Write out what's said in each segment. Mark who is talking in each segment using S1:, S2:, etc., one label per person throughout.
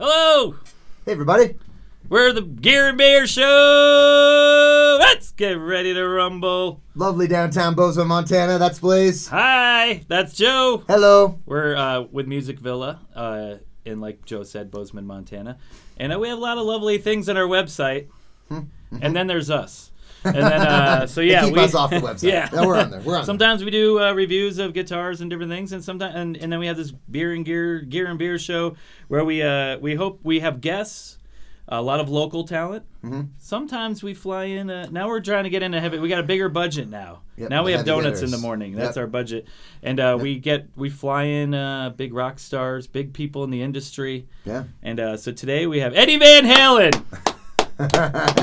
S1: Hello,
S2: Hey, everybody.
S1: we're the Gary Bear Show. Let's get ready to rumble.
S2: Lovely downtown Bozeman, Montana. That's Blaze.
S1: Hi, that's Joe.
S2: Hello.
S1: We're uh, with Music Villa uh, in, like Joe said, Bozeman, Montana, and uh, we have a lot of lovely things on our website. and then there's us. And then, uh, so
S2: Hmm. They
S1: yeah,
S2: keep
S1: we,
S2: us off the website.
S1: yeah,
S2: No, we're on there. We're on there.
S1: Sometimes we do uh, reviews of guitars and different things, and sometimes and, and then we have this beer and gear gear and beer show where we uh, we hope we have guests, a lot of local talent.
S2: Mm-hmm.
S1: Sometimes we fly in. Uh, now we're trying to get into heavy. We got a bigger budget now.
S2: Yep,
S1: now we
S2: the
S1: have
S2: heavy
S1: donuts in the
S2: hitters.
S1: morning. That's
S2: Yep.
S1: our budget, and uh, we get we fly in uh, big rock stars, big people in the industry.
S2: Yeah.
S1: And uh, so today we have Eddie Van Halen.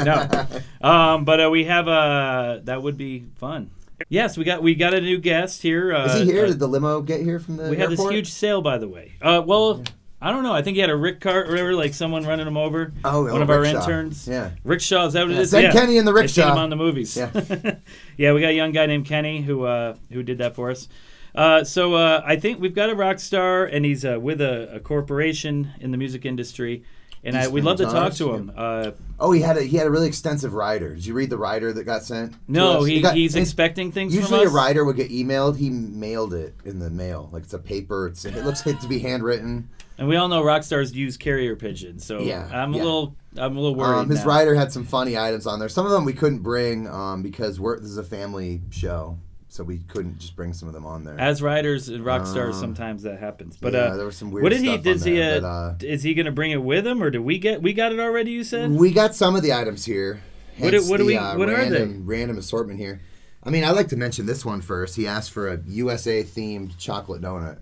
S1: no, um, but uh, we have uh, that would be fun. Yes, we got we got a new guest here. Uh,
S2: Is he here?
S1: uh,
S2: Did the limo get here from the
S1: we had
S2: airport?
S1: this huge sale, by the way. Uh, well, I don't know. I think he had a rick cart, or whatever, like someone running him over.
S2: Oh,
S1: One
S2: oh,
S1: of our
S2: rickshaw.
S1: interns.
S2: Yeah.
S1: rickshaw. Is that what
S2: Yeah,
S1: it is?
S2: send Kenny in the
S1: I've seen
S2: rickshaw.
S1: him on the movies.
S2: Yeah.
S1: yeah, we got a young guy named Kenny who uh, who did that for us. Uh, so uh, I think we've got a rock star, and he's uh, with a, a corporation in the music industry, and I,
S2: Eastman
S1: we'd love to talk
S2: Guitars?
S1: to him. Uh,
S2: Oh, he had a he had a really extensive rider. Did you read the rider that got sent? to
S1: no,
S2: us?
S1: he,
S2: got-
S1: he's
S2: and
S1: expecting things
S2: Usually
S1: from
S2: a
S1: us.
S2: rider would get emailed. He mailed it in the mail. Like it's a paper. It's, it looks to be handwritten.
S1: And we all know rock stars use carrier pigeon, so
S2: Yeah,
S1: I'm a
S2: yeah.
S1: little I'm a little worried.
S2: Um, his
S1: now.
S2: rider had some funny items on there. Some of them we couldn't bring um, because we're this is a family show, so we couldn't just bring some of them on there.
S1: As riders and rock stars,
S2: Uh,
S1: sometimes that happens. But
S2: yeah,
S1: uh,
S2: there was some weird
S1: what did he?
S2: stuff
S1: Did
S2: on
S1: he?
S2: there,
S1: uh,
S2: but, uh,
S1: is he gonna bring it with him, or did we get? We got it already. You said.
S2: We got some of the items here.
S1: What do-
S2: Hence
S1: what do
S2: the,
S1: we-
S2: uh,
S1: what are they?
S2: random, Random assortment here. I mean, I like to mention this one first. He asked for a USA themed chocolate donut,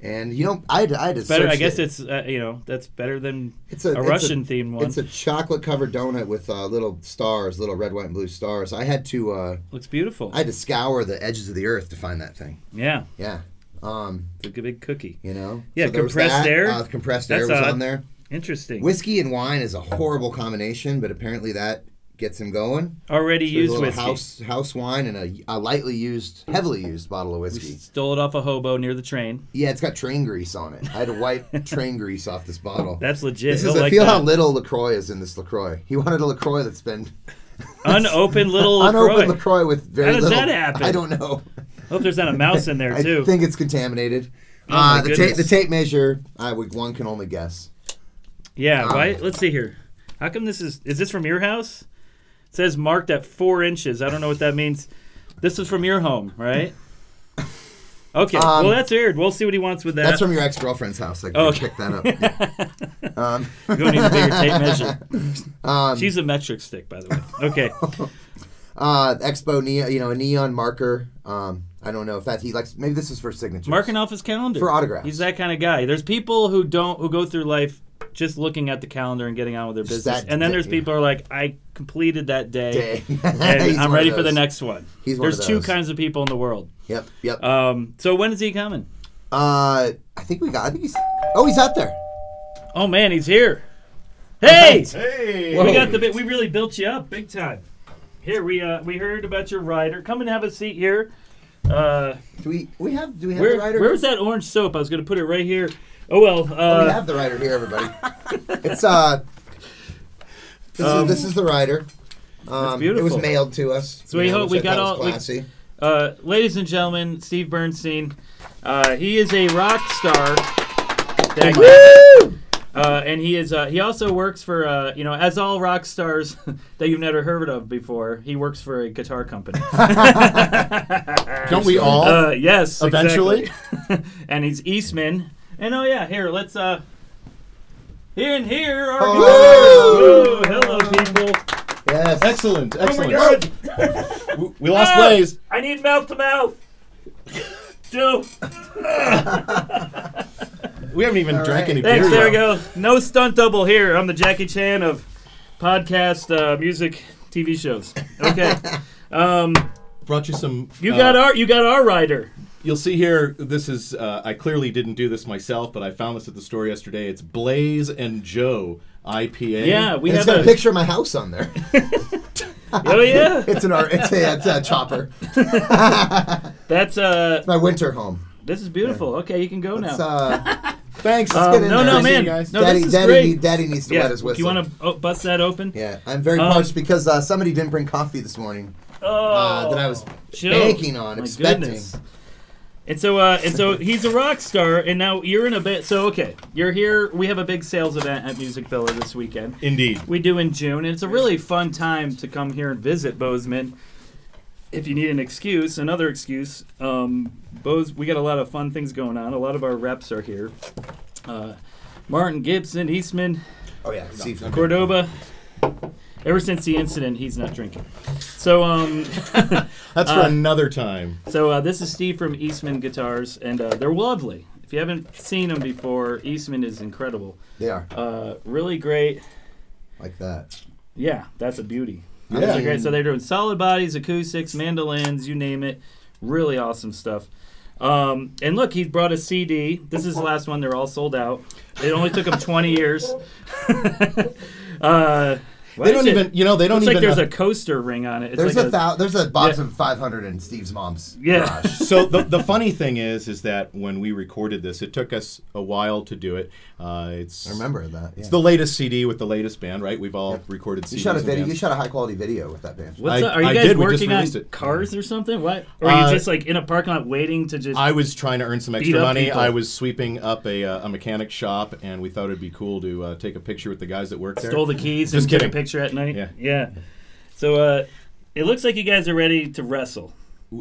S2: and you know, I had, I had to
S1: better.
S2: search
S1: I guess
S2: it.
S1: it's uh, you know that's better than
S2: It's
S1: a,
S2: a- it's a-
S1: Russian themed one.
S2: It's a chocolate covered donut with uh, little stars, little red, white, and blue stars. I had to uh,
S1: Looks beautiful.
S2: I had to scour the edges of the earth to find that thing.
S1: yeah,
S2: Yeah, um,
S1: it's a good big cookie.
S2: you know,
S1: Yeah,
S2: there was
S1: compressed
S2: that.
S1: air.
S2: Uh, compressed
S1: That's
S2: air was
S1: odd.
S2: on there.
S1: Interesting.
S2: Whiskey and wine is a horrible combination, but apparently that gets him going.
S1: already
S2: There's a
S1: used
S2: little
S1: whiskey.
S2: house house wine and a, a lightly used, heavily used bottle of whiskey.
S1: Stole it off a hobo near the train.
S2: Yeah, it's got train grease on it. I had to wipe train grease off this bottle.
S1: That's legit.
S2: this
S1: He'll
S2: is I
S1: like
S2: feel
S1: that.
S2: how little Lacroix is in this Lacroix. He wanted a Lacroix that's been
S1: unopened little
S2: unopened
S1: Lacroix.
S2: Lacroix with very
S1: does
S2: little.
S1: that happen?
S2: I don't know.
S1: Hope there's not a mouse in there
S2: I
S1: too. Oh,
S2: think it's contaminated.
S1: my
S2: uh, the tape
S1: goodness.
S2: the tape measure. I would one can only guess.
S1: Yeah, right. Let's see here. How come this is is this from your house? It says marked at four inches. I don't know what that means. This is from your home, right? Okay.
S2: Um,
S1: well, that's weird. We'll see what he wants with that.
S2: That's from your ex girlfriend's house. I can
S1: Oh,
S2: pick that up. Yeah. um,
S1: you don't need a bigger tape measure.
S2: um,
S1: She's a metric stick, by the way. Okay.
S2: uh, Expo neon, you know, a neon marker. Um, I don't know if that he likes. Maybe this is for signature.
S1: Marking off his calendar
S2: For autographs.
S1: He's that kind of guy. There's people who don't who go through life just looking at the calendar and getting on with their
S2: Just
S1: business,
S2: that
S1: and then
S2: day,
S1: there's
S2: yeah.
S1: people who are like, I completed that day.
S2: Day. He's
S1: And I'm
S2: one of
S1: ready for the
S2: those.
S1: next one.
S2: He's one
S1: There's
S2: of
S1: two
S2: those.
S1: kinds of people in the world.
S2: Yep, yep. Uh,
S1: Um, so when is he coming?
S2: I think we got. I think he's. Oh, he's out there.
S1: Oh man, he's here. Hey,
S3: Hey!
S1: we got the bit. We really built you up big time. Here we uh, we heard about your rider. Come and have a seat here. Uh,
S2: Do we? We have. Do we have
S1: where
S2: the rider?
S1: where was that orange soap? I was gonna put it right here. Oh well.
S2: Oh, we
S1: Uh,
S2: have the rider here, everybody. it's uh. This,
S1: Um,
S2: is, this is the rider. Um, it was
S1: beautiful.
S2: mailed to us.
S1: So we
S2: you know,
S1: hope
S2: which
S1: we
S2: I
S1: got
S2: thought was
S1: all- we-
S2: Classy.
S1: uh, ladies and gentlemen, Steve Bernstein. Uh, he is a rock star. Thank Uh, and he is. Uh, he also works for uh, you know, as all rock stars that you've never heard of before. He works for a guitar company.
S3: Don't we all?
S1: Uh, yes,
S3: Eventually.
S1: exactly. and he's Eastman. And oh yeah, here let's uh, here and here are Woo!
S2: Oh.
S1: hello people.
S2: Yes.
S3: excellent, excellent.
S1: oh God.
S3: W- we lost
S1: Ah!
S3: Blaze.
S1: I need mouth to mouth. Joe,
S3: We haven't even
S2: All right.
S3: drank any
S1: thanks. There
S3: beer.
S1: we
S3: yet.
S1: go. No stunt double here. I'm the Jackie Chan of podcast, uh, music, TV shows. Okay, um,
S3: Brought you some.
S1: you
S3: uh,
S1: got our you got our rider.
S3: You'll see here. This is. Uh, I clearly didn't do this myself, but I found this at the store yesterday. It's Blaze and Joe IPA.
S1: Yeah, we
S2: And
S1: have
S2: it's got
S1: a,
S2: a picture of my house on there.
S1: Oh yeah,
S2: it's an. ar- It's a, it's a chopper.
S1: that's uh,
S2: My winter home.
S1: this is beautiful. Okay, you can go now.
S2: It's, uh, Thanks.
S1: Um,
S2: Let's get in
S1: no,
S2: there.
S1: no,
S2: Busy,
S1: man.
S4: guys.
S1: No,
S2: daddy,
S1: this is
S2: daddy,
S1: great.
S2: need- daddy needs to
S1: yeah,
S2: wet his
S1: if
S2: whistle.
S1: you want to oh, bust that open?
S2: yeah, I'm very
S1: Um,
S2: punched because uh, somebody didn't bring coffee this morning
S1: Oh,
S2: uh, that I was
S1: chill.
S2: banking on,
S1: My
S2: expecting.
S1: goodness. And so, uh, and so he's a rock star, and now you're in a bit. So, okay, you're here. We have a big sales event at Music Villa this weekend.
S3: Indeed.
S1: We do in June, and it's a really fun time to come here and visit Bozeman. If you need an excuse, another excuse, um, Bose, we got a lot of fun things going on. A lot of our reps are here. Uh, Martin Gibson, Eastman,
S2: Oh yeah, seafood.
S1: Cordoba. Ever since the incident, he's not drinking. So, um,
S3: That's
S1: Uh,
S3: for another time.
S1: so uh, this is Steve from Eastman Guitars, and uh, they're lovely. If you haven't seen them before, Eastman is incredible.
S2: They are
S1: Uh, really great.
S2: like that.
S1: Yeah, that's a beauty.
S2: Yeah.
S1: Those are great. So they're doing solid bodies, acoustics, mandolins, you name it. Really awesome stuff. Um, and look, he brought a CD. This is the last one. They're all sold out. It only took them 20 years. uh,
S3: They don't even, you know, they don't
S1: It's like
S3: even.
S1: there's a coaster ring on it. It's
S2: There's
S1: like
S2: a, thou- there's a box of 500 in Steve's mom's.
S1: Yeah.
S3: so the, the funny thing is, is that when we recorded this, it took us a while to do it. Uh, it's
S2: I remember that. Yeah.
S3: It's the latest CD with the latest band, right? We've all recorded CDs.
S2: you shot a
S3: and
S2: video. You
S3: bands.
S2: shot a high quality video with that band.
S1: What's
S3: I-
S1: up? Are you
S3: I
S1: guys
S3: did. We just
S1: working on
S3: released it.
S1: cars or something? What? Or are you
S3: Uh,
S1: just like in a parking lot waiting to just?
S3: I was trying to earn some
S1: Beat
S3: extra
S1: up
S3: money.
S1: people.
S3: I was sweeping up a, uh, a mechanic shop, and we thought it'd be cool to uh, take a picture with the guys that work there.
S1: stole the keys
S3: Just
S1: and took a
S3: kidding.
S1: picture at night.
S3: Yeah.
S1: Yeah. So uh, it looks like you guys are ready to wrestle.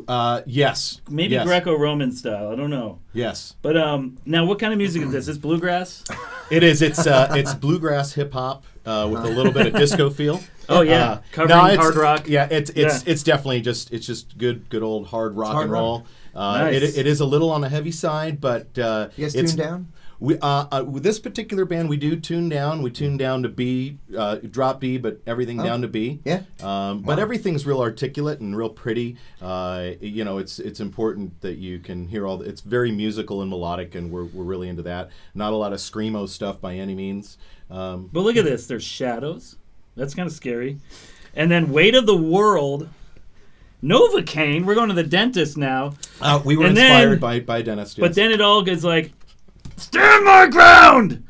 S3: Uh, yes.
S1: Maybe
S3: yes.
S1: Greco-Roman style. I don't know.
S3: Yes,
S1: But um, now what kind of music is this? Is bluegrass?
S3: it is. It's uh, it's bluegrass hip hop uh, with a little bit of disco feel.
S1: Oh, yeah.
S3: Uh,
S1: Covering
S3: it's-
S1: hard rock.
S3: Yeah, it's it's
S1: Yeah.
S3: it's definitely just it's just good good old hard rock
S2: hard
S3: and
S2: rock.
S3: roll. Uh,
S1: Nice.
S3: it, it is a little on the heavy side, but uh,
S2: You guys
S3: it's
S2: tuned down?
S3: We uh, uh, with this particular band, we do tune down. We tune down to B, uh, drop D, but everything down to B.
S2: Yeah.
S3: Um, But everything's real articulate and real pretty. Uh, you know, it's it's important that you can hear all. The, it's very musical and melodic, and we're we're really into that. Not a lot of screamo stuff by any means. Um,
S1: But look at this. There's shadows. That's kind of scary. And then weight of the world. Novocaine. We're going to the dentist now.
S3: uh, we were
S1: And then-
S3: inspired by by Dennis.
S1: But then it all gets like, stand my ground.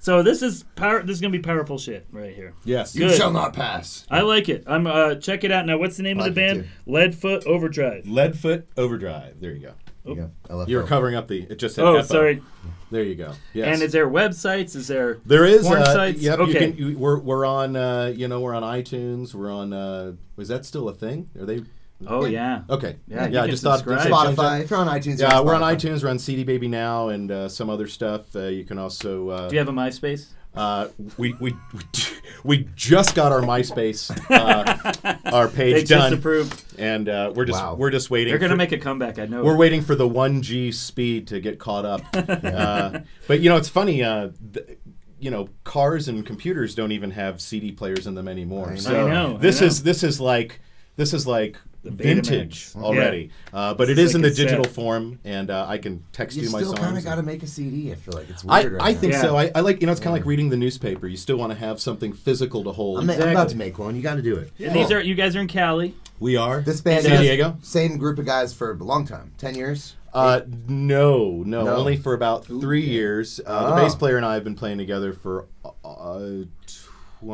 S1: so this is power. This is gonna be powerful shit right here.
S3: yes,
S1: Good.
S2: You shall not pass.
S1: I like it. I'm uh check it out now. What's the name
S2: Like
S1: of the
S2: it
S1: band? Leadfoot Overdrive.
S3: Leadfoot Overdrive. There you go.
S2: You go. I left
S3: You were
S2: over.
S3: covering up the. It just said.
S1: Oh,
S3: F up.
S1: sorry.
S3: There you go. Yes.
S1: And is there websites? Is there?
S3: There is
S1: Porn
S3: uh,
S1: sites?
S3: Yep, you
S1: Okay.
S3: can, you, we're we're on uh, you know we're on iTunes. We're on. Uh, is that still a thing? Are they?
S1: Oh yeah.
S3: Okay.
S1: Yeah, you
S3: I
S1: can
S3: just thought.
S1: subscribe.
S3: they changed
S2: Spotify.
S3: it.
S2: If you're on iTunes, you're
S3: Yeah, we're on
S2: Spotify.
S3: iTunes. We're on CD Baby now, and uh, some other stuff. Uh, you can also. Uh,
S1: Do you have a MySpace?
S3: uh, we, we we we just got our MySpace uh, our page
S1: They
S3: done,
S1: just approved.
S3: and uh, we're just
S2: Wow.
S3: we're just waiting.
S1: They're gonna
S3: for-
S1: make a comeback. I know.
S3: we're waiting for the 1G speed to get caught up. uh, but you know, it's funny. Uh, th- you know, cars and computers don't even have CD players in them anymore.
S2: I
S3: So
S1: know, I
S3: this
S1: know.
S3: is this is like this is like
S1: Betamax.
S3: vintage
S1: Yeah.
S3: already. Uh, but
S1: This
S3: it
S1: is
S3: is in
S1: like
S3: the
S1: a set.
S3: digital form, and uh, I can text you,
S2: You
S3: my
S2: still
S3: songs.
S2: kind of got to make a CD. I feel like it's
S3: I,
S2: weird. right
S3: I
S2: now.
S3: think
S1: Yeah.
S3: so. I, I like you know it's kind of like reading the newspaper. You still want to have something physical to hold.
S2: I'm, ma- I'm about to make one. You got to do it.
S1: And these are you guys are in Cali.
S3: we are
S2: This band
S3: San
S2: has
S3: Diego.
S2: Same group of guys for a long time. Ten years.
S3: Uh, no, no,
S2: No.
S3: only for about three years. Uh,
S2: Ah.
S3: The bass player and I have been playing together for uh,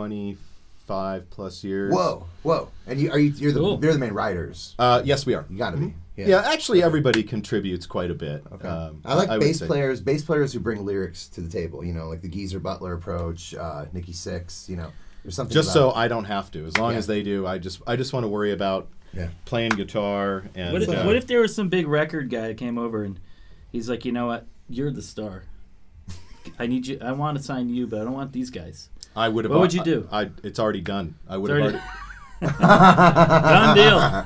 S3: twenty-five plus years.
S2: Whoa, whoa. And you are you? You're the
S1: Cool.
S2: you're the main writers.
S3: Uh, yes, we are.
S2: You got to be.
S3: Mm-hmm. Yeah. actually, everybody contributes quite a bit. Um,
S2: I like
S3: would
S2: bass
S3: say.
S2: players, bass players who bring lyrics to the table. You know, like the Geezer Butler approach, uh, Nikki Six. You know, there's something
S3: Just
S2: about
S3: so I don't have to. As long
S2: Yeah.
S3: as they do, I just I just want to worry about
S2: Yeah.
S3: playing guitar and.
S1: What if,
S3: uh,
S1: what if there was some big record guy that came over and he's like, you know what, you're the star. I need you. I want to sign you, but I don't want these guys.
S3: I would have?
S1: what would you do?
S3: I, it's already done. I would have
S1: It's
S3: already
S1: Done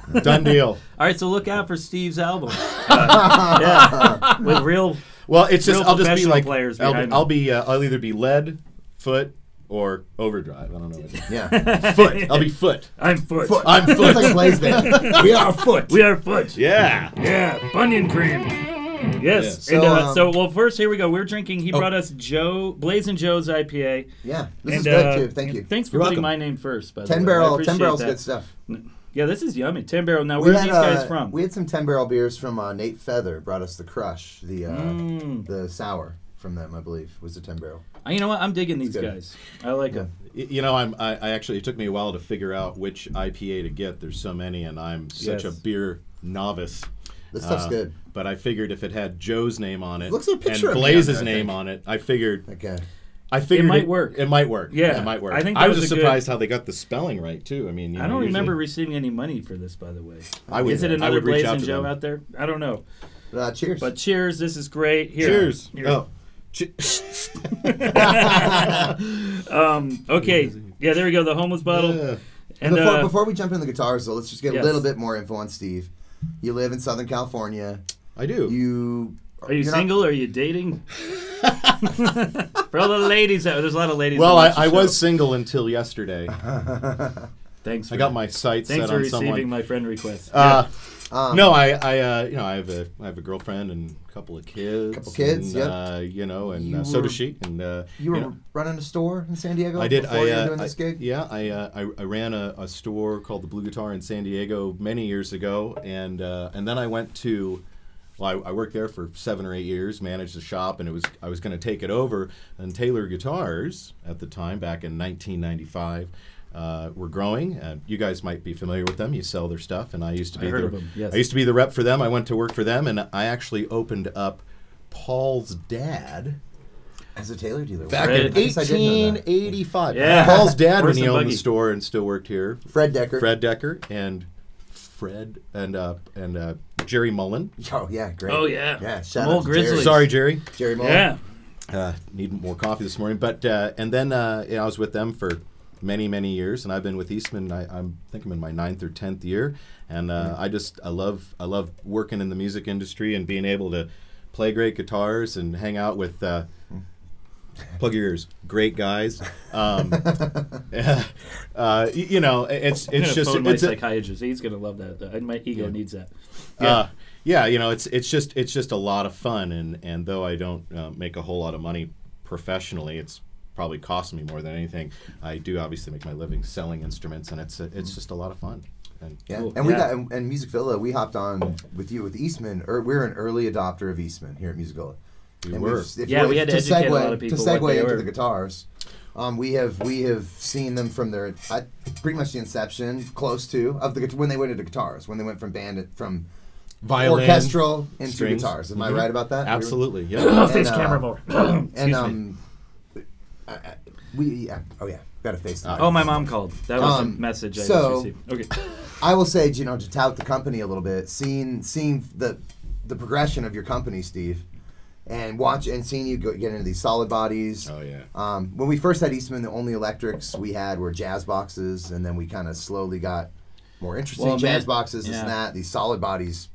S1: deal.
S3: done deal.
S1: All right, so look out for Steve's album. Uh, yeah, with real.
S3: Well, it's just
S1: Real
S3: I'll just be
S1: professional
S3: like
S1: players
S3: I'll,
S1: behind
S3: be-
S1: them.
S3: I'll be uh, I'll either be lead, foot, or overdrive. I don't know. What it is.
S2: yeah.
S3: foot. I'll be foot.
S1: I'm foot.
S3: I'm
S2: It's like
S3: foot.
S2: Blaze Band. We are foot.
S1: We are foot.
S3: yeah.
S1: Yeah, bunion cream. Yes.
S3: Yes.
S1: And,
S2: So,
S1: uh,
S2: um,
S1: so, well, first here we go. We're drinking.
S3: Oh.
S1: He brought us Joe Blaze and Joe's IPA.
S2: Yeah, this is
S1: And,
S2: good
S1: uh,
S2: too. Thank you.
S1: Thanks for
S3: You're
S1: putting
S3: welcome.
S1: my name first. By the
S2: Ten
S1: way. I
S2: barrel,
S1: appreciate
S2: ten barrels,
S1: that.
S2: good stuff.
S1: Yeah, this is yummy. Ten barrel. Now, where are
S2: had,
S1: these guys
S2: uh,
S1: from? Mm.
S2: We had some ten barrel beers from uh, Nate Feather. Brought us the Crush, the uh, the sour. from them, I believe, was the 10 barrel.
S1: Uh, You know what? I'm digging these
S2: good.
S1: guys. I like them.
S3: Y- You know, I'm, I, I actually, it took me a while to figure out which IPA to get. There's so many, and I'm such
S1: Yes.
S3: a beer novice.
S1: Uh.
S3: Uh,
S2: This stuff's good.
S3: But I figured if it had Joe's name on it
S2: Looks like a picture
S3: and
S2: of me on
S3: Blaze's
S2: there, I
S3: name
S2: think.
S3: on it, I figured
S2: Okay.
S3: I figured
S1: might work.
S3: It might work.
S1: Yeah.
S3: it might work.
S1: I think that
S3: I was,
S1: was
S3: just
S1: a good-
S3: surprised how they got the spelling right too. I mean, you
S1: I
S3: know,
S1: don't
S3: usually-
S1: remember receiving any money for this, by the way.
S3: I would,
S1: Is it
S3: I
S1: another
S3: would reach
S1: Blaze
S3: out
S1: and
S3: to
S1: Joe
S3: them.
S1: out there? I don't know.
S2: Uh, cheers.
S1: But cheers. This is great. Here.
S3: Cheers.
S1: Here.
S3: Oh. Che-
S1: Um, okay. Yeah, there we go. The homeless bottle.
S3: Yeah.
S1: And
S2: before,
S1: uh,
S2: before we jump into the guitars, though, let's just get
S1: Yes.
S2: a little bit more info on Steve. You live in Southern California.
S3: I do.
S2: You
S1: are you
S2: you're not-
S1: single? Are you dating? For all the ladies out there's a lot of ladies.
S3: well,
S1: that watch
S3: I,
S1: the
S3: I
S1: show.
S3: was single until yesterday.
S1: Thanks. For
S3: I got my sights
S1: Thanks
S3: set
S1: for
S3: on
S1: receiving
S3: someone.
S1: my friend request.
S3: uh,
S2: um,
S3: no, I, I, uh, you know, I have a, I have a girlfriend and a couple of kids.
S2: Couple kids,
S3: and,
S2: yep.
S3: uh, you know, and
S2: You
S3: uh, so
S2: were-
S3: does she. And uh,
S2: you were
S3: know,
S2: running a store in San Diego
S3: I did.
S2: before
S3: I,
S2: you
S3: uh,
S2: were doing
S3: I-
S2: this gig?
S3: Yeah, I, uh, I I ran a, a store called the Blue Guitar in San Diego many years ago, and uh, and then I went to. Well, I, I worked there for seven or eight years, managed the shop, and it was I was going to take it over. And Taylor Guitars at the time, back in 1995, uh, were growing. Uh, you guys might be familiar with them. You sell their stuff, and I used to be
S1: heard
S3: the,
S1: of them, yes.
S3: I used to be the rep for them. I went to work for them, and I actually opened up Paul's dad
S2: As a tailor dealer.
S3: back
S1: Fred.
S3: in
S2: I guess I did know that.
S3: 1885.
S1: Yeah.
S3: Paul's dad,
S1: Horse
S3: when he
S1: and
S3: owned
S1: buggy.
S3: the store and still worked here,
S2: Fred Decker.
S3: Fred Decker and Fred and uh, and uh, Jerry Mullen.
S2: Oh, yeah, great.
S1: Oh, yeah.
S2: Yeah, shout
S1: Mole
S2: out to
S1: Grizzly.
S2: Jerry.
S3: Sorry, Jerry.
S2: Jerry Mullen.
S1: yeah.
S3: Uh, need more coffee this morning, but uh, and then uh, yeah, I was with them for many many years, and I've been with Eastman. I, I'm I think I'm in my ninth or tenth year, and uh, I just I love I love working in the music industry and being able to play great guitars and hang out with. Uh,
S1: Mm.
S3: plug your ears great guys um, uh, y- you know it's
S1: I'm
S3: it's
S1: gonna
S3: just
S1: phone my
S3: it's a,
S1: psychiatrist. He's gonna love that. Uh, My ego needs that.
S3: uh, yeah, you know, it's it's just it's just a lot of fun, and and though I don't uh, make a whole lot of money professionally, it's probably cost me more than anything. I do obviously make my living selling instruments, and it's it's just a lot of fun. And
S2: Yeah,
S1: Cool.
S2: and we
S1: Yeah.
S2: got and, and Music Villa. We hopped on with you with Eastman. Or we're an early adopter of Eastman here at Music Villa.
S3: We
S2: And
S3: were.
S2: we've- if
S1: Yeah,
S2: you-
S1: we had to educate a
S2: segue,
S1: lot of people
S2: to
S1: what
S2: segue
S1: they
S2: into
S1: were.
S2: the guitars. Um, we have we have seen them from their I, pretty much the inception, close to of the guit- when they went into guitars, when they went from band from
S3: Violin,
S2: orchestral into
S3: strings.
S2: guitars. Am I
S3: Mhm.
S2: right about that? We were-
S3: absolutely, yeah.
S2: face And, uh, camera
S1: more.
S2: And um, I, I, we yeah, oh yeah, got to face.
S3: Uh,
S2: the mic.
S1: Oh, my mom called. That was a
S2: Um,
S1: message I
S2: so-
S1: just received. Okay.
S2: I will say, you know, to tout the company a little bit, seeing seeing the the progression of your company, Steve, and watch and seeing you go, get into these solid bodies.
S3: Oh yeah.
S2: Um, when we first had Eastman, the only electrics we had were jazz boxes, and then we kind of slowly got more interesting
S1: Well,
S2: jazz
S1: man-
S2: boxes, this and
S1: yeah.
S2: that. These solid bodies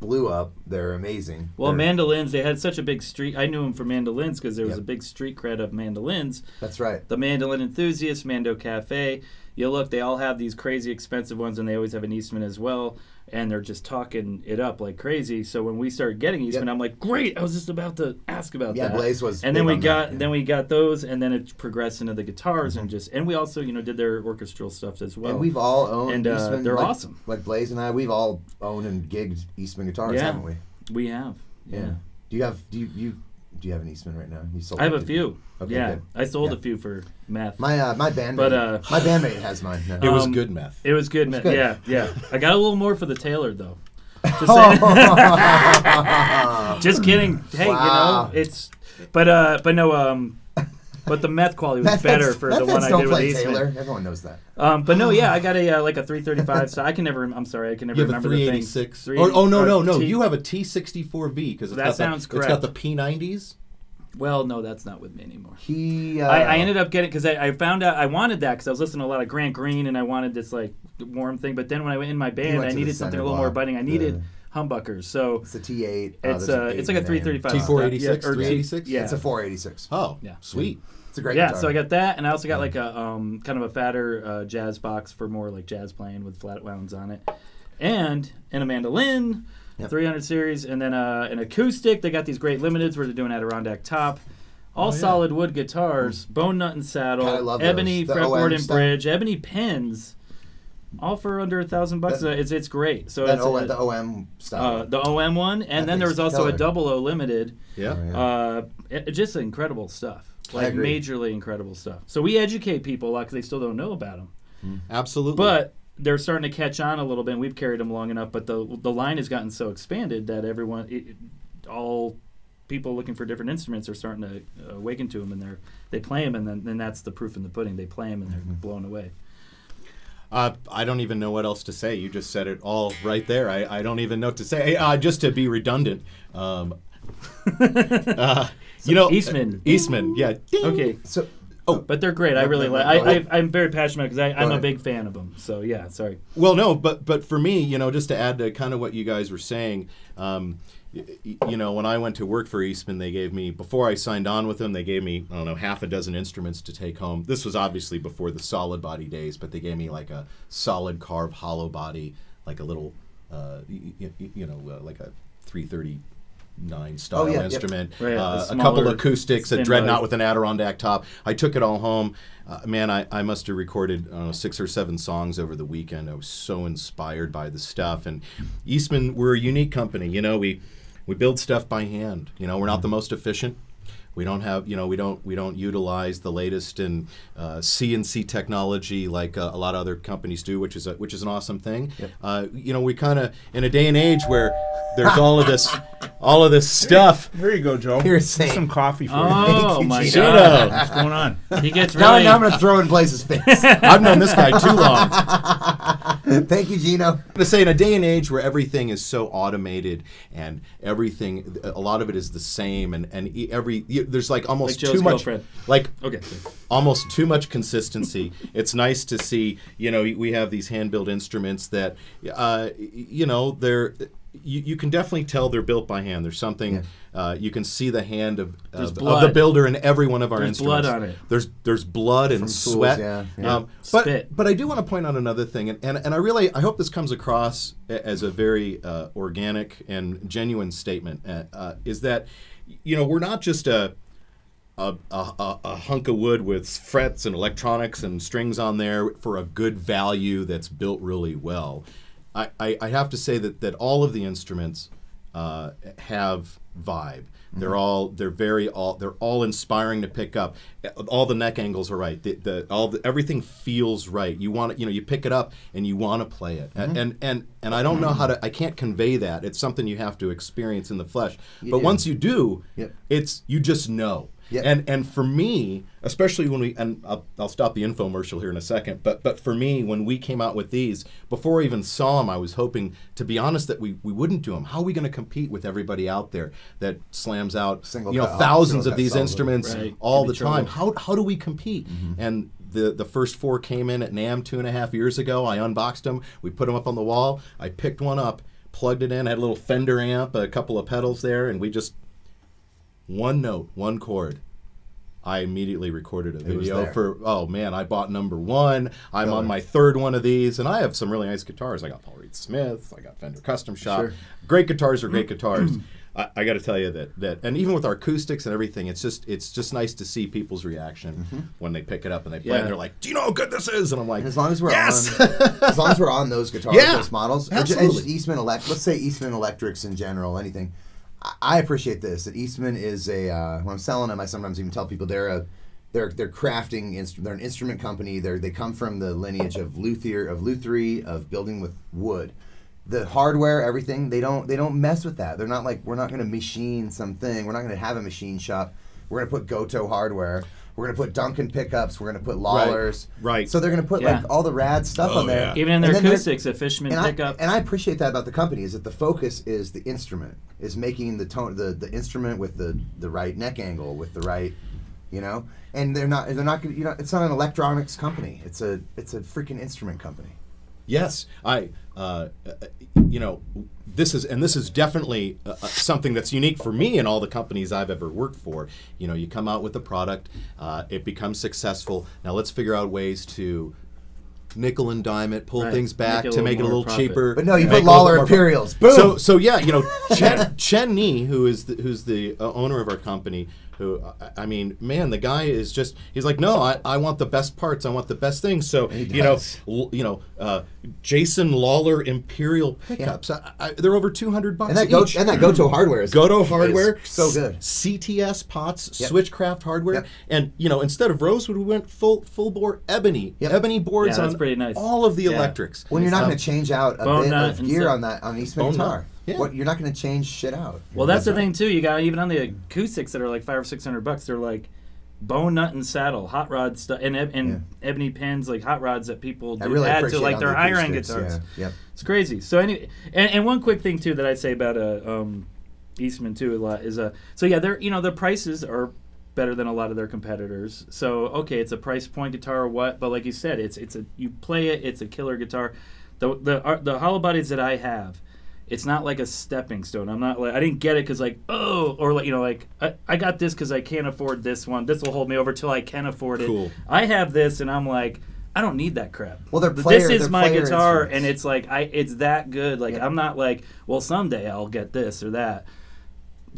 S2: blew up. They're amazing.
S1: Well,
S2: They're-
S1: mandolins, they had such a big street. I knew him for mandolins because there was
S2: Yep.
S1: a big street cred of mandolins.
S2: that's right.
S1: The Mandolin Enthusiast, Mando Cafe. You look, they all have these crazy expensive ones, and they always have an Eastman as well. And they're just talking it up like crazy. So when we started getting Eastman, I'm like, great! I was just about to ask about
S2: Yeah,
S1: that.
S2: Blaze was
S1: And then
S2: big
S1: we
S2: on
S1: got
S2: that, yeah. Mm-hmm.
S1: then we got those, and then it progressed into the guitars and just and we also you know did their orchestral stuff as well.
S2: And we've all owned
S1: And, uh,
S2: Eastman.
S1: they're
S2: like,
S1: awesome.
S2: Like Blaze and I, we've all owned and gigged Eastman guitars,
S1: Yeah.
S2: haven't we?
S1: we have yeah.
S2: Do you have do you, you do you have an Eastman right now? You sold
S1: I have
S2: it,
S1: a
S2: didn't you?
S1: few.
S2: Okay,
S1: yeah,
S2: good.
S1: I sold
S2: Yeah.
S1: a few for math.
S2: My uh, my bandmate,
S1: But, uh,
S2: my bandmate has mine. now.
S3: It was
S1: um,
S3: good meth.
S1: It was good, man.
S2: good.
S1: Yeah, yeah. I got a little more for the tailor though. Just,
S2: Oh.
S1: saying. Just kidding. Hey,
S2: Wow.
S1: you know it's, but uh, but no um, but the meth quality was
S2: Meth heads-
S1: better for
S2: meth
S1: the
S2: heads
S1: one I
S2: don't
S1: did with
S2: play
S1: Eastman.
S2: Taylor. Everyone knows that.
S1: Um, but no, yeah, I got a uh, like a 335. So I can never. rem- I'm sorry, I can never
S3: You have
S1: remember
S3: a
S1: the thing.
S3: 386.
S1: Three-
S3: oh, oh no
S1: or
S3: no no!
S1: T-
S3: You have a T64V because
S1: That
S3: got
S1: sounds
S3: the, It's got
S1: correct.
S3: the P90s.
S1: Well, no, that's not with me anymore.
S2: He. Uh,
S1: I, I ended up getting because I, I found out I wanted that because I was listening to a lot of Grant Green and I wanted this like warm thing. But then when I went in my band,
S2: went
S1: I
S2: to the
S1: needed something
S2: center
S1: a little more
S2: block. Oh,
S1: biting. I needed humbuckers. So
S2: It's a T eight.
S1: it's uh, it's like a 335
S3: T486,
S1: step, yeah, or T-
S3: 386?
S1: Yeah,
S2: It's a four eighty six.
S3: Oh,
S1: Yeah.
S3: sweet.
S2: It's a great.
S1: yeah.
S2: guitar.
S1: So I got that, and I also got like a um, kind of a fatter uh, jazz box for more like jazz playing with flat wounds on it, and and a mandolin, 300 series, and then uh, an acoustic. They got these great limiteds where they're doing Adirondack top. All
S3: yeah.
S1: solid wood guitars, bone nut and saddle,
S2: Hmm. God, I love
S1: ebony
S2: those. The
S1: fretboard
S2: OM
S1: and
S2: stuff.
S1: bridge, ebony pins, all for under a thousand bucks.
S2: That-
S1: it's it's great. So
S2: That
S1: it's,
S2: OM,
S1: uh,
S2: the OM style.
S1: uh, the OM one, and
S2: That
S1: then there was
S2: thing's
S1: also a
S2: killer.
S1: double O limited.
S3: Yeah.
S2: Oh, yeah.
S1: Uh, it- just incredible stuff. Like
S2: agree.
S1: majorly incredible stuff. So we educate people a lot because they still don't know about them.
S3: Absolutely.
S1: But they're starting to catch on a little bit. And we've carried them long enough, but the the line has gotten so expanded that everyone, it, it- all people looking for different instruments are starting to uh, awaken to them, and they're they play them, and then and that's the proof in the pudding. They play them, and
S2: Mm-hmm.
S1: they're blown away.
S3: Uh, I don't even know what else to say. You just said it all right there. I, I don't even know what to say. Uh, just to be redundant, um, uh, you know,
S1: Eastman.
S3: Eastman, yeah. Ding.
S1: Okay.
S2: so
S1: But they're great. I really
S2: go
S1: like. I, I,
S2: ahead.
S1: I'm very passionate because I'm a
S2: ahead.
S1: big fan of them. So yeah, sorry.
S3: Well, no, but but for me, you know, just to add to kind of what you guys were saying, um, y- y- you know, when I went to work for Eastman, they gave me before I signed on with them, they gave me I don't know half a dozen instruments to take home. This was obviously before the solid body days, but they gave me like a solid carve hollow body, like a little, uh, y- y- y- you know, uh, like a 339 style
S2: Oh, yeah, yeah.
S3: instrument,
S1: Right, yeah,
S3: uh,
S1: the
S3: a couple
S1: smaller
S3: acoustics, a
S1: thin
S3: dreadnought
S1: body.
S3: with an Adirondack top. I took it all home. Uh, man, I, I must have recorded I don't know, six or seven songs over the weekend. I was so inspired by the stuff. And Eastman, we're a unique company. You know, we we build stuff by hand. You know, we're not the most efficient. We don't have, you know, we don't we don't utilize the latest in uh, CNC technology like uh, a lot of other companies do, which is a, which is an awesome thing. Uh, you know, we kind of in a day and age where there's all of this all of this stuff.
S4: There you go, Joe.
S2: You're
S4: Here's
S2: insane.
S4: some coffee for you.
S1: Oh
S2: you,
S1: my
S2: Gino.
S1: god,
S4: What's going on?
S1: he gets
S2: now,
S1: really.
S2: now I'm gonna throw in Blaze's face.
S3: I've known this guy too long.
S2: Thank you, Gino.
S3: I'm gonna say in a day and age where everything is so automated and everything, a lot of it is the same, and and e- every y- there's like
S1: Like
S3: almost
S1: Joe's
S3: too much,
S1: girlfriend.
S3: like
S1: okay.
S3: almost too much consistency. it's nice to see, you know, we have these hand built instruments that, uh, you know, they're. You, you can definitely tell they're built by hand. There's something uh, you can see the hand of, of, of the
S1: blood.
S3: builder in every one of our
S1: There's blood
S3: instruments.
S1: on it.
S3: There's there's blood and
S2: tools,
S3: sweat.
S2: yeah, yeah.
S3: Um, but
S1: Spit.
S3: but I do want to point out another thing, and, and, and I really I hope this comes across a- as a very uh, organic and genuine statement. Uh, uh, is that you know we're not just a a, a, a, a hunk of wood with frets and electronics and strings on there for a good value that's built really well. I, I, I have to say that, that all of the instruments uh, have vibe. They're all they're very all they're all inspiring to pick up. All the neck angles are right. The, the all the, everything feels right. You want to you know you pick it up and you want to play it. A- And and and I don't know how to I can't convey that. It's something you have to experience in the flesh. But
S2: Yeah.
S3: once you do,
S2: Yep.
S3: it's you just know.
S2: Yep.
S3: And and for me, especially when we and I'll, I'll stop the infomercial here in a second, but but for me, when we came out with these, before I even saw them, I was hoping, to be honest, that we, we wouldn't do them. How are we going to compete with everybody out there that slams out
S2: Single
S3: you know
S2: cut,
S3: thousands
S2: single
S3: of
S2: cut
S3: these
S2: solid,
S3: instruments
S1: right.
S3: all
S1: Could
S3: the
S1: be
S3: time? How how do we compete? And the, the first four came in at NAM two and a half years ago. I unboxed them. We put them up on the wall. I picked one up, plugged it in, had a little Fender amp, a couple of pedals there, and we just one note, one chord. I immediately recorded a
S2: was
S3: video
S2: there.
S3: for oh man, I bought number one. I'm on my third one of these, and I have some really nice guitars. I got Paul Reed Smith, I got Fender Custom Shop.
S2: Sure.
S3: Great guitars are great guitars. I, I got to tell you that that, and even with our acoustics and everything, it's just it's just nice to see people's reaction when they pick it up and they play,
S1: Yeah.
S3: and they're like, "Do you know how good this is?" And I'm like,
S2: Mm-hmm. And as long as we're
S3: yes!
S2: on, as long as we're on those guitars,
S3: Yeah,
S2: those models, or ju- and just
S3: absolutely.
S2: Eastman Elect. Let's say Eastman Electrics in general, anything. I- I appreciate this that Eastman is a. Uh, when I'm selling them, I sometimes even tell people they're a, they're they're crafting instrument. They're an instrument company. They are they come from the lineage of luthier of luthery of building with wood. The hardware, everything they don't they don't mess with that. They're not like we're not going to machine something. We're not going to have a machine shop. We're going to put Goto hardware. We're going to put Duncan pickups. We're going to put Lawlers.
S3: right.
S2: So they're going to put
S1: Yeah.
S2: like all the rad stuff
S3: Oh,
S2: on there.
S3: yeah.
S1: Even in
S2: And
S1: their
S2: then they're-
S1: acoustics, a Fishman
S2: and I,
S1: pickup.
S2: and I appreciate that about the company is that the focus is the instrument, is making the tone, the, the instrument with the, the right neck angle, with the right, you know. And they're not they're not gonna- you know it's not an electronics company. It's a it's a freaking instrument company.
S3: Yes, I. Uh, uh, you know, this is and this is definitely uh, uh, something that's unique for me and all the companies I've ever worked for. You know, you come out with a product, uh, it becomes successful. Now let's figure out ways to nickel and dime it, pull
S1: Right,
S3: things
S1: make
S3: back
S1: it a
S3: to
S1: little
S3: make it a
S1: more
S3: little
S1: profit.
S3: cheaper.
S2: But no, you put
S3: make a little
S2: Lawler
S3: more pro-
S2: Imperials. Boom.
S3: So so yeah, you know, Chen, Chen Ni, who is the, who's the uh, owner of our company, who I- I mean, man, the guy is just he's like, no, I, I want the best parts, I want the best things. So you know,
S2: does.
S3: l- you know, uh, Jason Lawler Imperial pickups, I, I, they're over two hundred bucks
S2: And that go
S3: each.
S2: and that go to hardware is
S3: Goto
S2: is
S3: hardware,
S2: so
S3: s-
S2: good.
S3: CTS pots,
S2: Yep.
S3: Switchcraft hardware,
S2: Yep.
S3: and you know instead of rosewood, we went full full bore ebony,
S2: Yep.
S3: ebony boards
S1: Yeah, that's
S3: on
S1: pretty nice.
S3: all of the
S1: Yeah.
S3: electrics.
S2: When you're not
S3: Um,
S2: going to change out a
S1: Bone
S2: bit
S1: nut
S2: of
S1: and
S2: gear
S1: stuff.
S2: on that on Eastman
S3: Bone nut,
S2: guitar,
S3: yeah.
S2: what you're not going to change shit out.
S1: Well, that's the thing too. You got even on the acoustics that are like five or six hundred bucks. They're like bone nut and saddle, hot rod stuff, and eb- and ebony pins like hot rods that people
S2: I
S1: do
S2: really
S1: add to
S2: appreciate
S1: like
S2: on
S1: their
S2: the
S1: higher end
S2: acoustics,
S1: guitars.
S2: Yeah. Yep.
S1: It's crazy. So anyway, and, and one quick thing too that I'd say about uh, um, Eastman too a lot is uh, so yeah, they're you know their prices are better than a lot of their competitors. So okay, it's a price point guitar or what, but like you said, it's it's a you play it, it's a killer guitar. The the uh, the hollow bodies that I have, it's not like a stepping stone. I'm not like I didn't get it because like oh or like you know like I, I got this because I can't afford this one. This will hold me over till I can afford it.
S3: Cool.
S1: I have this and I'm like. I don't need that crap
S2: Well, they're
S1: th-
S2: player-
S1: this
S2: they're
S1: is my
S2: player
S1: guitar
S2: instruments.
S1: and it's like i it's that good like
S2: Yeah.
S1: i'm not like well someday i'll get this or that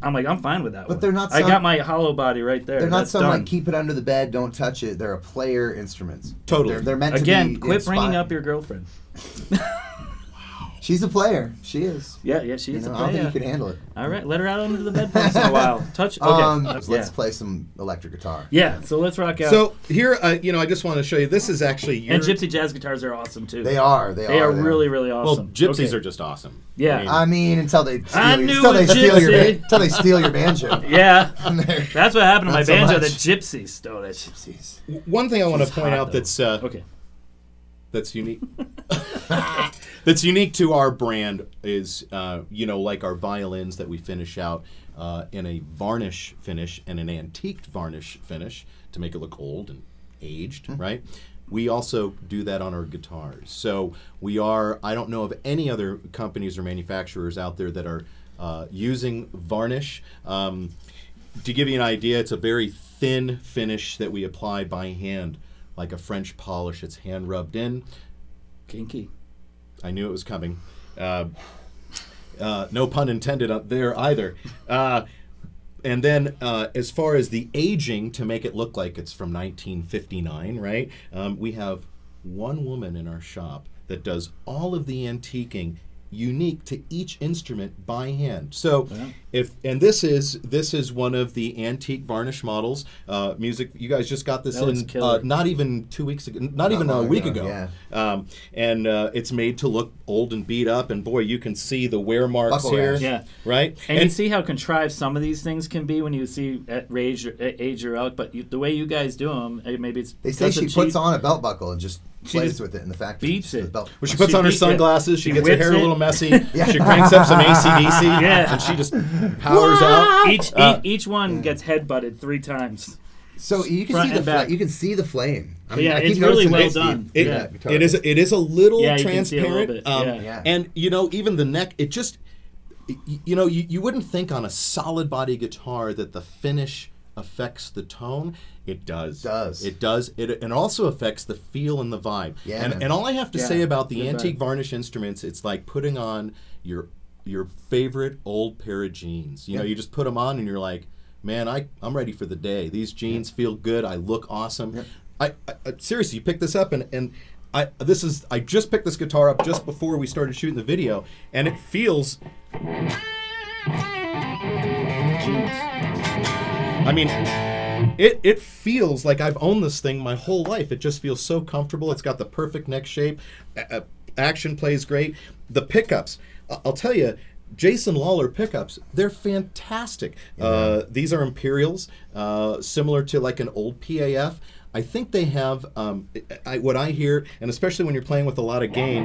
S1: i'm like i'm fine with that
S2: But
S1: one.
S2: they're not
S1: i
S2: some-
S1: got my hollow body right there
S2: They're not
S1: That's
S2: some
S1: done.
S2: like keep it under the bed, don't touch it. They're a player instruments.
S3: Totally.
S2: They're, they're meant to
S1: again
S2: be.
S1: quit
S2: inspired.
S1: bringing up your girlfriend
S2: She's a player. She is.
S1: yeah yeah she's
S2: You
S1: a
S2: know, I don't think
S1: player.
S2: you can handle it.
S1: all right let her out under the bed once in a while touch okay
S2: Um,
S1: Uh,
S2: so
S1: yeah.
S2: Let's play some electric guitar.
S1: yeah so let's rock out
S3: So here, uh, you know, I just want to show you. This is actually your.
S1: and gypsy jazz guitars are awesome too
S2: They are. They,
S1: they
S2: are,
S1: are really really
S3: well,
S1: awesome
S3: gypsies
S1: Okay.
S3: are just awesome.
S1: Yeah.
S2: I mean, until they steal,
S1: I
S2: your-
S1: knew
S2: until
S1: a
S2: they steal your
S1: gypsy.
S2: ban- until they steal your banjo.
S1: yeah
S2: And they're-
S1: that's what happened to
S2: Not
S1: my
S2: so
S1: banjo
S2: much.
S1: the gypsies stole it
S2: Jeez.
S3: one thing I want to point
S1: hot,
S3: out
S1: though.
S3: that's uh,
S1: okay
S3: that's unique that's unique to our brand is uh, you know like our violins that we finish out uh, in a varnish finish and an antiqued varnish finish to make it look old and aged right we also do that on our guitars so we are i don't know of any other companies or manufacturers out there that are uh, using varnish um, to give you an idea, it's a very thin finish that we apply by hand, like a French polish. It's hand rubbed in.
S1: kinky
S3: I knew it was coming. Uh, uh, no pun intended up there either. Uh, and then, uh, as far as the aging, to make it look like it's from 1959, right? Um, we have one woman in our shop that does all of the antiquing unique to each instrument by hand. So, if and this is this is one of the antique varnish models. Uh, music, you guys just got this
S1: That looks
S3: in uh,
S1: killer.
S3: not even two weeks ago, not, even a
S2: long
S3: week
S2: ago,
S3: ago.
S2: yeah.
S3: Um, and uh, it's made to look old and beat up, and boy, you can see the wear marks
S2: Buckle
S3: here,
S2: rash.
S1: Yeah.
S3: right?
S1: And, you see how contrived some of these things can be when you see at rage or, at age or out, but you, the way you guys do them, maybe it's
S2: They say
S1: because
S2: she
S1: of
S2: puts
S1: cheap-
S2: on a belt buckle and just
S1: She
S2: plays
S1: just
S2: with it in the factory.
S1: beats
S2: Just with
S1: it.
S2: a belt-
S3: well, she puts
S1: she
S3: on her
S1: beats it.
S3: sunglasses. She,
S1: She
S3: gets her
S1: whips
S3: hair a
S1: it.
S3: little messy. She cranks up some ACDC,
S1: Yeah.
S3: and she just powers out.
S1: Each,
S2: Oh,
S1: each each one gets head butted three times.
S2: So you can
S1: Front
S2: see the
S1: and
S2: fla-
S1: back.
S2: you can see the flame. I
S1: yeah,
S2: I keep
S1: it's really
S2: noticing
S1: well
S2: that, Steve.
S1: done.
S3: It,
S1: Yeah.
S2: guitar
S3: it is it is a little
S1: Yeah, you can see a little
S3: transparent.
S1: bit,
S3: um,
S1: yeah.
S2: Yeah.
S3: And you know, even the neck, it just y- you know, you, you wouldn't think on a solid body guitar that the finish affects the tone. It does.
S2: Does.
S3: It does. It and also affects the feel and the vibe.
S2: Yeah,
S3: And,
S2: man.
S3: and all I have to
S1: Yeah,
S3: say about the
S1: good
S3: antique
S1: vibe.
S3: varnish instruments, it's like putting on your your favorite old pair of jeans. You know, you just put them on and you're like, man, I I'm ready for the day. These jeans feel good. I look awesome. I, I, I seriously, you pick this up and and I this is I just picked this guitar up just before we started shooting the video, and it feels. I mean, it it feels like I've owned this thing my whole life. It just feels so comfortable. It's got the perfect neck shape. A- a- action plays great. The pickups, I- I'll tell you. Jason Lawler pickups, they're fantastic. Uh, these are Imperials, uh, similar to like an old PAF. I think they have, um, I, I- what I hear, and especially when you're playing with a lot of gain,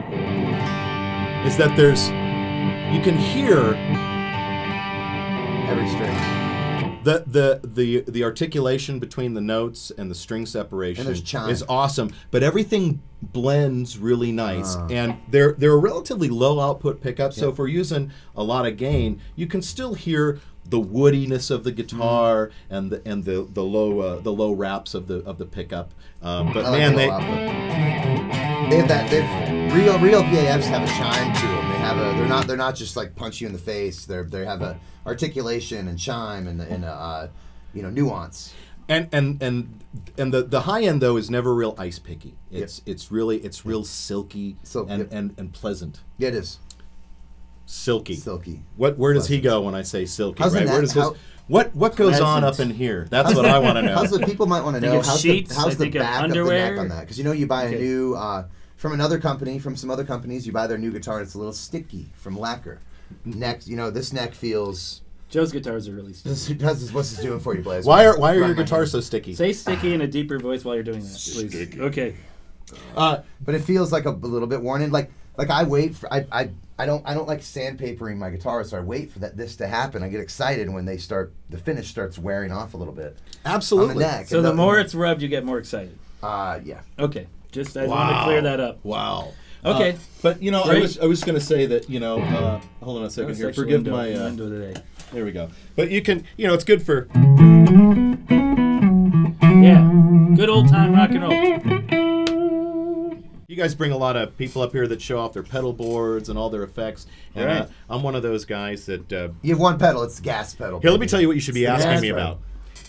S3: is that there's, you can hear
S2: Every string.
S3: the the the the articulation between the notes and the string separation
S2: And there's chime.
S3: is awesome, but everything blends really nice.
S2: Ah.
S3: And they're they're a relatively low output pickup, so if we're using a lot of gain, you can still hear the woodiness of the guitar
S2: Mm-hmm.
S3: and the and the the low uh, the low wraps of the of the pickup. Um, but
S2: Mm-hmm. I like
S3: man,
S2: it a
S3: they
S2: lot, but they have that. They've, real real PAFs have a chime to them. They have a. They're not. They're not just like punch you in the face. They're they have a articulation and chime and and a. Uh, you know, nuance.
S3: and and and and the the high end though is never real ice picky. It's it's really it's real silky
S2: Silk,
S3: and,
S2: yep.
S3: and and pleasant.
S2: Yeah, it is
S3: Silky.
S2: silky.
S3: What where does he go when I say silky?
S2: How's the
S3: right.
S2: na-
S3: where does this?
S2: how-
S3: what what goes on up
S1: Pleasant.
S3: in here? That's what I want to know.
S2: How's the people might want to
S1: Think
S2: know
S1: of
S2: how's
S1: sheets,
S2: the
S1: I
S2: how's the
S1: think of
S2: back of, the neck
S1: underwear.
S2: on that? Because you know you buy a
S1: Okay.
S2: new uh, from another company, from some other companies, you buy their new guitar. It's a little sticky from lacquer. Neck, you know, this neck feels.
S1: Joe's guitars are really sticky.
S2: This, how's this, what's this doing for you, Blaze?
S3: Why are why are
S2: Run
S3: your
S2: my
S3: guitars
S2: hand.
S3: so sticky?
S1: Say sticky in a deeper voice while you're doing that, please. Okay.
S3: Uh,
S2: But it feels like a b- little bit worn in. Like like I wait for I I. I don't. I don't like sandpapering my guitar, so I wait for that this to happen. I get excited when they start. The finish starts wearing off a little bit
S3: absolutely.
S2: on the neck.
S1: So
S2: And
S1: the more it's rubbed, you get more excited.
S2: uh, yeah,
S1: Okay. Just I want to clear that up.
S3: Wow.
S1: Okay.
S3: Uh, but you know, I
S1: Great.
S3: was I was gonna say that you know, uh, hold on a second here.
S1: Sexual
S3: Forgive
S1: endo-
S3: my. Uh,
S1: endo of the day.
S3: there we go. But you can, you know, it's good for.
S1: Yeah. Good old time rock and roll.
S3: You guys bring a lot of people up here that show off their pedal boards and all their effects. And
S1: Right.
S3: uh, I'm one of those guys that. Uh,
S2: you have one pedal. It's the gas pedal.
S3: here, let me
S2: baby.
S3: tell you what you should be
S1: It's the
S3: asking me
S1: gas
S3: about.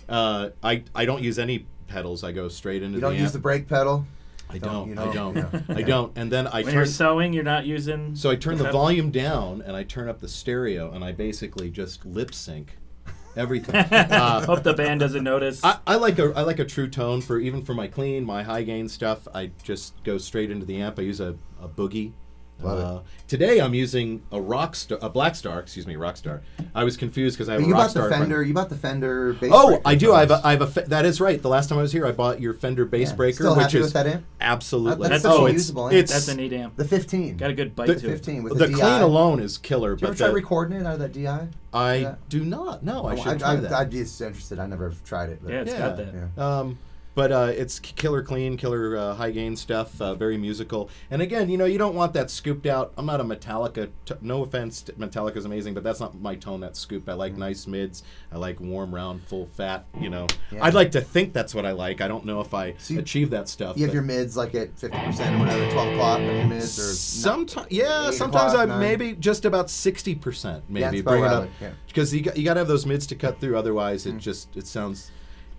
S3: Uh, I I don't use any pedals. I go straight into
S2: You don't
S3: the
S2: use the
S3: amp.
S2: brake pedal.
S3: I
S2: don't,
S3: don't.
S2: you
S3: I
S2: know,
S3: don't.
S2: yeah.
S3: I don't. And then I
S1: When
S3: turn.
S1: you're sewing, you're not using.
S3: So I turn the
S1: Okay.
S3: volume down and I turn up the stereo and I basically just lip sync everything. Uh,
S1: I hope the band doesn't notice.
S3: I, I like a I like a true tone for even for my clean, my high gain stuff. I just go straight into the amp. I use a, a boogie.
S2: Love it.
S3: uh, Today I'm using a rock star, a black star. Excuse me, rock star. I was confused because I have
S2: But
S3: a
S2: you
S3: rock
S2: bought
S3: star.
S2: the
S3: in front of
S2: Fender. You bought the Fender. Bass
S3: Oh,
S2: breaker
S3: I do. I have a,
S2: pedals.
S3: I have a. Fe- that is right. The last time I was here, I bought your Fender bass
S2: Yeah.
S3: breaker,
S2: Still
S3: which
S2: happy
S3: is
S2: with that amp?
S3: absolutely.
S2: That- that's
S3: oh,
S2: such a
S3: it's
S2: usable amp.
S3: it's
S1: That's a neat amp.
S2: the 15.
S1: Got a good bite
S3: The-
S1: to it.
S2: 15 with
S3: the
S2: a DI.
S3: clean alone is killer.
S2: Did you
S3: but
S2: ever try
S3: the-
S2: recording it out of that DI?
S3: I
S2: Yeah.
S3: do not. No, I
S2: Oh,
S3: should
S2: I,
S3: try
S2: I,
S3: that.
S2: I'd be just interested. I never have tried it. But
S1: Yeah, it's
S3: Yeah.
S1: got that.
S2: Yeah.
S3: Um, but uh, it's k- killer clean, killer uh, high gain stuff, uh, very musical. And again, you know, you don't want that scooped out. I'm not a Metallica. T- no offense, to- Metallica's amazing, but that's not my tone. That scooped. I like
S2: Mm.
S3: nice mids. I like warm, round, full fat. You know,
S2: Yeah.
S3: I'd like to think that's what I like. I don't know if I
S2: So you-
S3: achieve that stuff.
S2: You have
S3: but-
S2: your mids like at 50% or whatever, 12 o'clock on your mids or
S3: Sometimes, yeah.
S2: Eight
S3: Sometimes I
S2: o'clock, nine.
S3: maybe just about sixty percent. Maybe
S2: it's about
S3: bring it
S2: where I
S3: up
S2: like, yeah. Mm.
S3: because you got, you got to have those mids to cut through. Otherwise, it just it sounds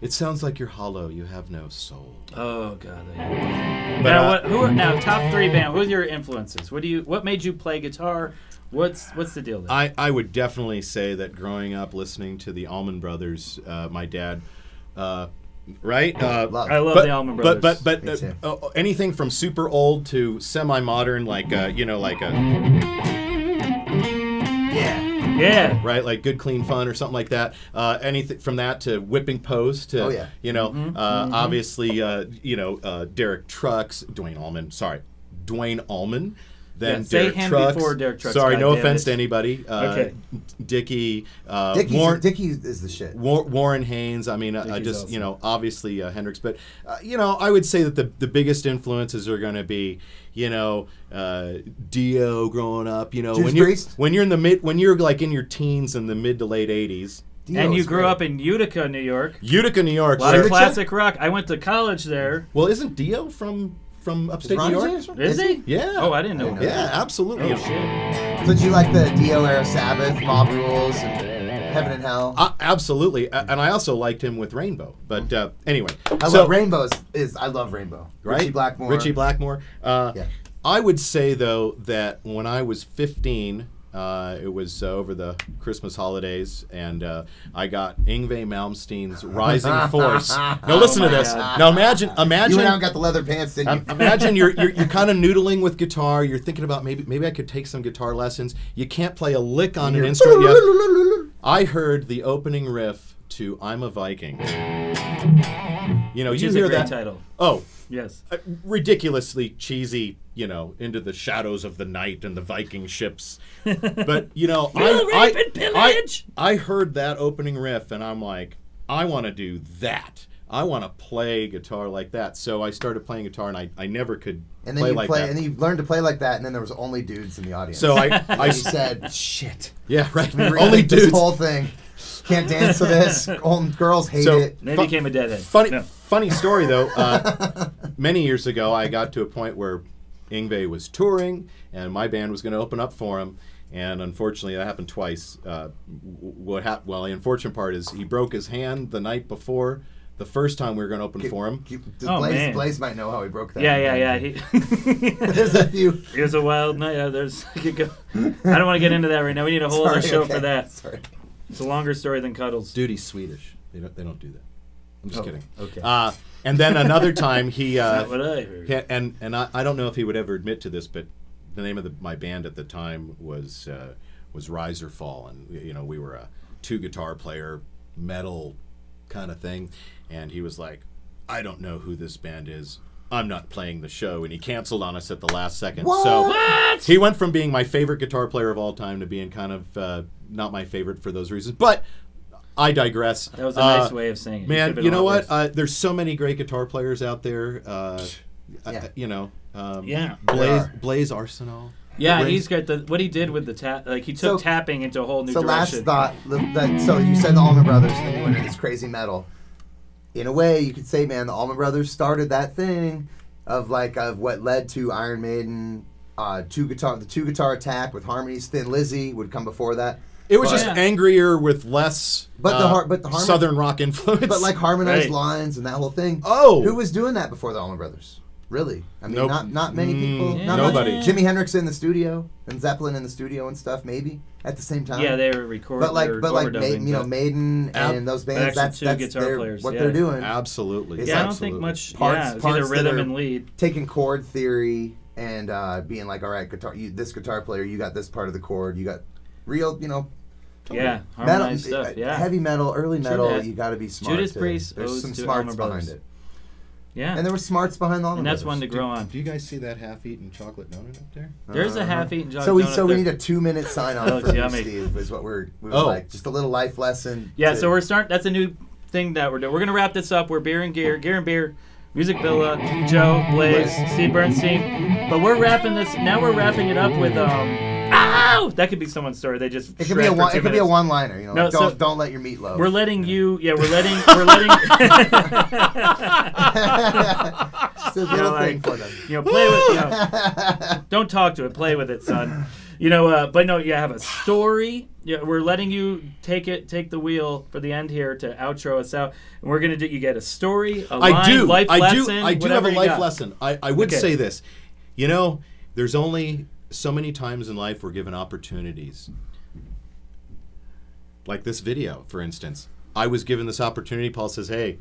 S3: it sounds like you're hollow. You have no soul.
S1: Oh god. I hate that.
S3: But,
S1: now,
S3: uh,
S1: what, who are, now top three band? Who's your influences? What do you? What made you play guitar? What's What's the deal? There?
S3: I, I would definitely say that growing up listening to the Allman Brothers, uh, my dad, uh, right? Uh,
S2: Love.
S1: I love
S3: but,
S1: the Allman Brothers.
S3: but but but
S2: Me too.
S3: uh, uh, anything from super old to semi-modern, like uh, you know, like a
S2: Yeah.
S1: yeah.
S3: right, like good clean fun or something like that. Uh, anything from that to whipping post to
S2: Oh, yeah.
S3: you know,
S1: Mm-hmm.
S3: uh, obviously uh, you know uh, Derek Trucks, Dwayne Allman, sorry, Dwayne Allman. Then
S1: Yeah, say
S3: Derek
S1: him
S3: Trucks.
S1: before Derek Trucks,
S3: Sorry,
S1: God
S3: no
S1: damn
S3: offense
S1: it.
S3: to anybody. Uh,
S1: Okay.
S3: Dickie, uh,
S2: Dickie's,
S3: Warren,
S2: Dickie's is the shit.
S3: War, Warren Haynes. I mean, I, I
S1: he's
S3: just you
S1: awesome.
S3: know, obviously uh, Hendrix, but uh, you know, I would say that the the biggest influences are going to be, you know, uh, Dio growing up. You know,
S2: Judas
S3: when you're
S2: Priest?
S3: when you're in the mid when you're like in your teens in the mid to late '80s,
S2: Dio
S1: and you
S2: is
S1: grew
S2: great.
S1: up in Utica, New York.
S3: Utica, New York.
S1: A lot of
S3: where-
S1: classic rock. I went to college there.
S3: well, isn't Dio from from
S2: Is
S3: upstate New
S2: Ronnie
S3: York?
S2: James from-
S1: Is he?
S3: Yeah.
S1: Oh, I didn't know.
S2: didn't know
S3: Yeah, absolutely.
S1: Oh shit.
S2: So did you like the Dio era Sabbath, Mob Rules, and Heaven and Hell?
S3: Uh, absolutely, A- and I also liked him with Rainbow. But uh, anyway,
S2: I
S3: so-
S2: love Rainbows. Is I love Rainbow.
S3: right?
S2: Richie Blackmore.
S3: Richie Blackmore. Uh,
S2: Yeah.
S3: I would say though that when I was 15, uh, it was uh, over the Christmas holidays, and uh, I got Ingve Malmsteen's "Rising Force." Now listen to
S1: Oh my
S3: this.
S1: God.
S3: Now imagine, imagine.
S2: You went out and got the leather pants, didn't you?
S3: Um, imagine you're, you're, you're kind of noodling with guitar. You're thinking about maybe maybe I could take some guitar lessons. You can't play a lick on an instrument yet. I heard the opening riff to "I'm a Viking." You know,
S1: Which
S3: you
S1: is a
S3: hear
S1: great
S3: that
S1: title.
S3: Oh,
S1: Yes.
S3: uh, ridiculously cheesy, you know, into the shadows of the night and the Viking ships. But you know, I,
S1: Mill,
S3: I,
S1: rape, and
S3: I-
S1: pillage!
S3: I heard that opening riff and I'm like, I want to do that. I want to play guitar like that. So I started playing guitar and I, I never could
S2: And then
S3: play
S2: you
S3: like
S2: play,
S3: that.
S2: and then you learned to play like that, and then there was only dudes in the audience.
S3: so I, I
S2: I
S3: s-
S2: said, "Shit,
S3: yeah right
S2: we rethink
S3: only
S2: this
S3: dudes.
S2: whole thing. Can't dance to this. Old girls hate
S3: So-
S2: it."
S1: Then
S3: Fu-
S1: he became a deadhead.
S3: Funny,
S1: No.
S3: funny story though. Uh, many years ago, I got to a point where Ingve was touring, and my band was going to open up for him, And unfortunately, that happened twice. Uh, w- what hap- Well, the unfortunate part is he broke his hand the night before. The first time we were going to open for him,
S2: You- the
S1: Oh,
S2: Blaze,
S1: man.
S2: Blaze might know how he broke that.
S1: Yeah, yeah, yeah. He,
S2: There's a few.
S1: it was a wild night. Uh, there's, I, could go, I don't want to get into that right now. We need a whole other
S2: Sorry,
S1: show
S2: okay.
S1: for that.
S2: Sorry.
S1: It's a longer story than Cuddles.
S3: duty's Swedish. They don't. They don't do that. I'm just kidding.
S1: Oh, okay.
S3: Uh, and then another time he. Uh,
S1: That's what I heard.
S3: Yeah, and and I, I don't know if he would ever admit to this, but the name of the, my band at the time was uh, was Rise or Fall, and you know we were a two guitar player metal kind of thing, and he was like, I don't know who this band is. I'm not playing the show, and he canceled on us at the last second. So he went from being my favorite guitar player of all time to being kind of uh, not my favorite for those reasons. But I digress.
S1: That was a
S3: Uh,
S1: nice way of saying it. It could've
S3: Man,
S1: been
S3: you
S1: a
S3: know
S1: lot
S3: what?
S1: worse.
S3: Uh, there's so many great guitar players out there. Uh, I-
S2: Yeah.
S3: I- you know. Um,
S1: Yeah.
S3: Blaze
S2: There are.
S3: Blaze Arsenal.
S1: yeah,
S3: Blaze-
S1: he's got the what he did with the tap. Like he took
S2: So-
S1: tapping into a whole new
S2: So last
S1: direction.
S2: thought. li- That, so you said the Allman Brothers, and then you went into this crazy metal. In a way, you could say, man, the Allman Brothers started that thing of like of what led to Iron Maiden, uh, two guitar, the two guitar attack with harmonies. Thin Lizzy would come before that.
S3: It was
S1: But-
S3: just
S1: Oh, Yeah.
S3: angrier with less.
S2: But the
S3: uh,
S2: har- but the harmon-
S3: southern rock influence.
S2: But like harmonized
S1: Right.
S2: lines and that whole thing.
S3: Oh.
S2: who was doing that before the Allman Brothers? Really? I mean,
S3: Nope.
S2: not not many
S3: Mm,
S2: people.
S1: yeah.
S2: not much.
S3: Nobody.
S2: Jimi Hendrix in the studio and Zeppelin in the studio and stuff. Maybe at the same time.
S1: yeah, they were recording.
S2: uh, But like, but like, Ma-
S1: overdubbing,
S2: you know,
S1: but-
S2: Maiden
S3: Ab-
S2: and those
S1: actually
S2: bands. That's
S1: two
S2: that's
S1: guitar
S2: their,
S1: players,
S2: what
S1: yeah.
S2: they're doing.
S3: absolutely.
S2: It's
S1: yeah, I don't
S3: absolutely.
S1: think much.
S2: Parts-
S1: yeah, it was either
S2: parts that
S1: rhythm
S2: are-
S1: and lead.
S2: Taking chord theory and uh, being like, all right, guitar. You, this guitar player, you got this part of the chord. You got real, you know,
S1: Yeah,
S2: metal,
S1: harmonized stuff.
S2: uh,
S1: Yeah,
S2: heavy metal, early
S1: True
S2: metal.
S1: that.
S2: You got to be smart.
S1: Judas
S2: to-
S1: Priest
S2: There's
S1: owes
S2: some
S1: to
S2: smarts
S1: Allman
S2: behind
S1: Brothers.
S2: it,
S1: yeah.
S2: and there were smarts behind all.
S1: and that's one to grow on.
S3: Do you guys see that half-eaten chocolate donut up there?
S1: There's a half-eaten
S2: Uh-huh. So we
S1: donut
S2: so we
S1: there.
S2: need a two minute sign
S1: That
S2: off
S1: looks
S2: for you,
S1: yummy.
S2: Steve. Is what we're we were
S3: Oh.
S2: like just a little life lesson.
S1: Yeah,
S2: to-
S1: so we're starting. That's a new thing that we're doing. We're gonna wrap this up. We're beer and gear, gear and beer, music villa, Joe Blaze, Steve Bernstein. But we're wrapping this. Now we're wrapping it up with um. Ow! That could be someone's story. They just
S2: it could be a
S1: shred for
S2: one,
S1: two
S2: it could be a
S1: minutes.
S2: one liner. You know,
S1: No,
S2: like,
S1: so-
S2: don't don't let your meat low.
S1: We're letting you. Yeah, we're letting. We're letting.
S2: just a little
S1: like-
S2: thing for them.
S1: you know, play with. You know, don't talk to it. Play with it, son. You know, uh, but no, you have a story. Yeah, we're letting you take it, take the wheel for the end here to outro us out, and we're gonna do. You get a story, a
S3: I
S1: line,
S3: do.
S1: life
S3: I
S1: lesson.
S3: do. I do have
S1: whatever
S3: a
S1: you
S3: life
S1: got.
S3: lesson. I, I would
S1: Okay.
S3: say this. You know, there's only so many times in life we're given opportunities. Like this video, for instance. I was given this opportunity. Paul says, "Hey,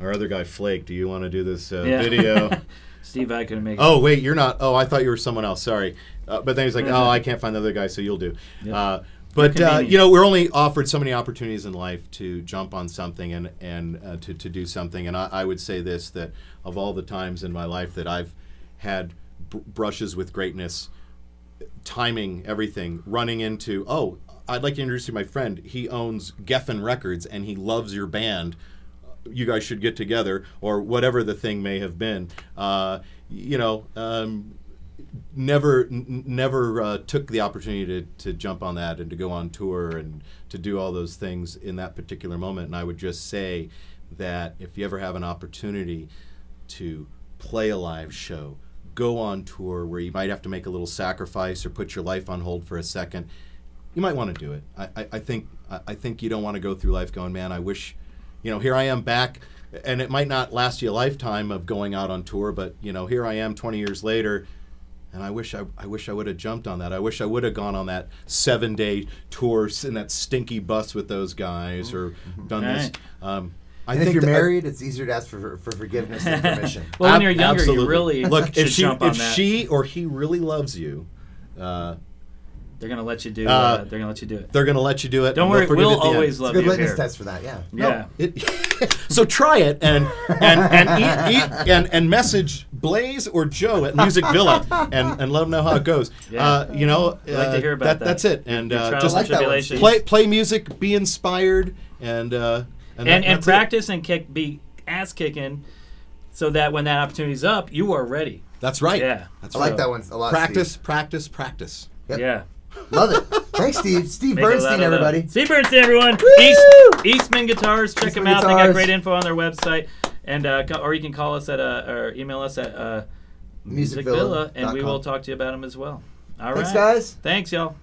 S3: our other guy Flake, do you want to do this uh,
S1: Yeah.
S3: video?"
S1: Steve, I can make.
S3: oh, wait, you're not. Oh, I thought you were someone else. Sorry. Uh, but then he's like, "Oh, I can't find the other guy, so you'll do." Uh, but uh,
S1: convenient.
S3: you know, we're only offered so many opportunities in life to jump on something and and uh, to to do something. And I, I would say this that of all the times in my life that I've had br- brushes with greatness, timing everything, running into, oh, I'd like to introduce you to my friend. He owns Geffen Records and he loves your band. You guys should get together, or whatever the thing may have been. Uh, you know, um, never, n- n- never uh, took the opportunity to, to jump on that and to go on tour and to do all those things in that particular moment. And I would just say that if you ever have an opportunity to play a live show, go on tour where you might have to make a little sacrifice or put your life on hold for a second, you might want to do it. I, I, I think I, I think you don't want to go through life going, man, I wish, you know, here I am back, and it might not last you a lifetime of going out on tour, but you know, here I am 20 years later. And I wish I, I wish I would have jumped on that. I wish I would have gone on that seven day tour s- in that stinky bus with those guys or
S1: Mm-hmm.
S3: done this.
S1: Right.
S3: Um, I
S2: And if you're
S1: uh,
S3: that-
S2: married, it's easier to ask for for forgiveness than permission.
S1: Well, when
S3: Ab-
S1: you're younger,
S3: absolutely.
S1: you really
S3: look
S1: should
S3: if she
S1: jump on
S3: if
S1: that.
S3: she or he really loves you, uh,
S1: they're gonna let you do. Uh,
S3: Uh,
S1: they're gonna let you do it.
S3: they're gonna let you do it.
S1: Don't
S3: and they'll
S1: worry,
S3: forgive
S1: we'll
S3: at the end.
S1: always love
S2: Good
S1: you.
S2: litmus
S1: here.
S2: test for that. Yeah.
S1: Yeah.
S3: It- so try it and and and, eat, eat, and and message Blaze or Joe at Music Villa and, and let them know how it goes.
S1: Yeah.
S3: Uh, you know,
S1: I'd like to
S3: uh,
S1: hear about that.
S3: That's it. And
S1: Your
S3: uh,
S1: trials
S3: just
S1: and
S2: like that one,
S1: tribulations.
S3: play play music, be inspired, and uh,
S1: and
S3: that-
S1: and
S3: that's it.
S1: practice and kick be ass kicking, so that when that opportunity's up, you are ready.
S3: That's right.
S1: Yeah.
S3: that's
S2: I like
S3: right.
S2: that one a lot.
S3: Practice, practice, practice.
S2: Yep.
S1: Yeah.
S2: Steve. Love it. Thanks, Steve. Steve
S1: Make a lot
S2: Bernstein,
S1: of love.
S2: everybody.
S1: Steve Bernstein, everyone. East, Eastman Guitars. Check
S2: Eastman
S1: them out. They got
S2: Guitars.
S1: great info on their website, and uh, co- or you can call us at uh, or email us at uh, Music Villa, and we
S2: Musicvilla.com.
S1: will talk to you about them as well. All right.
S2: Thanks, guys.
S1: Thanks, y'all.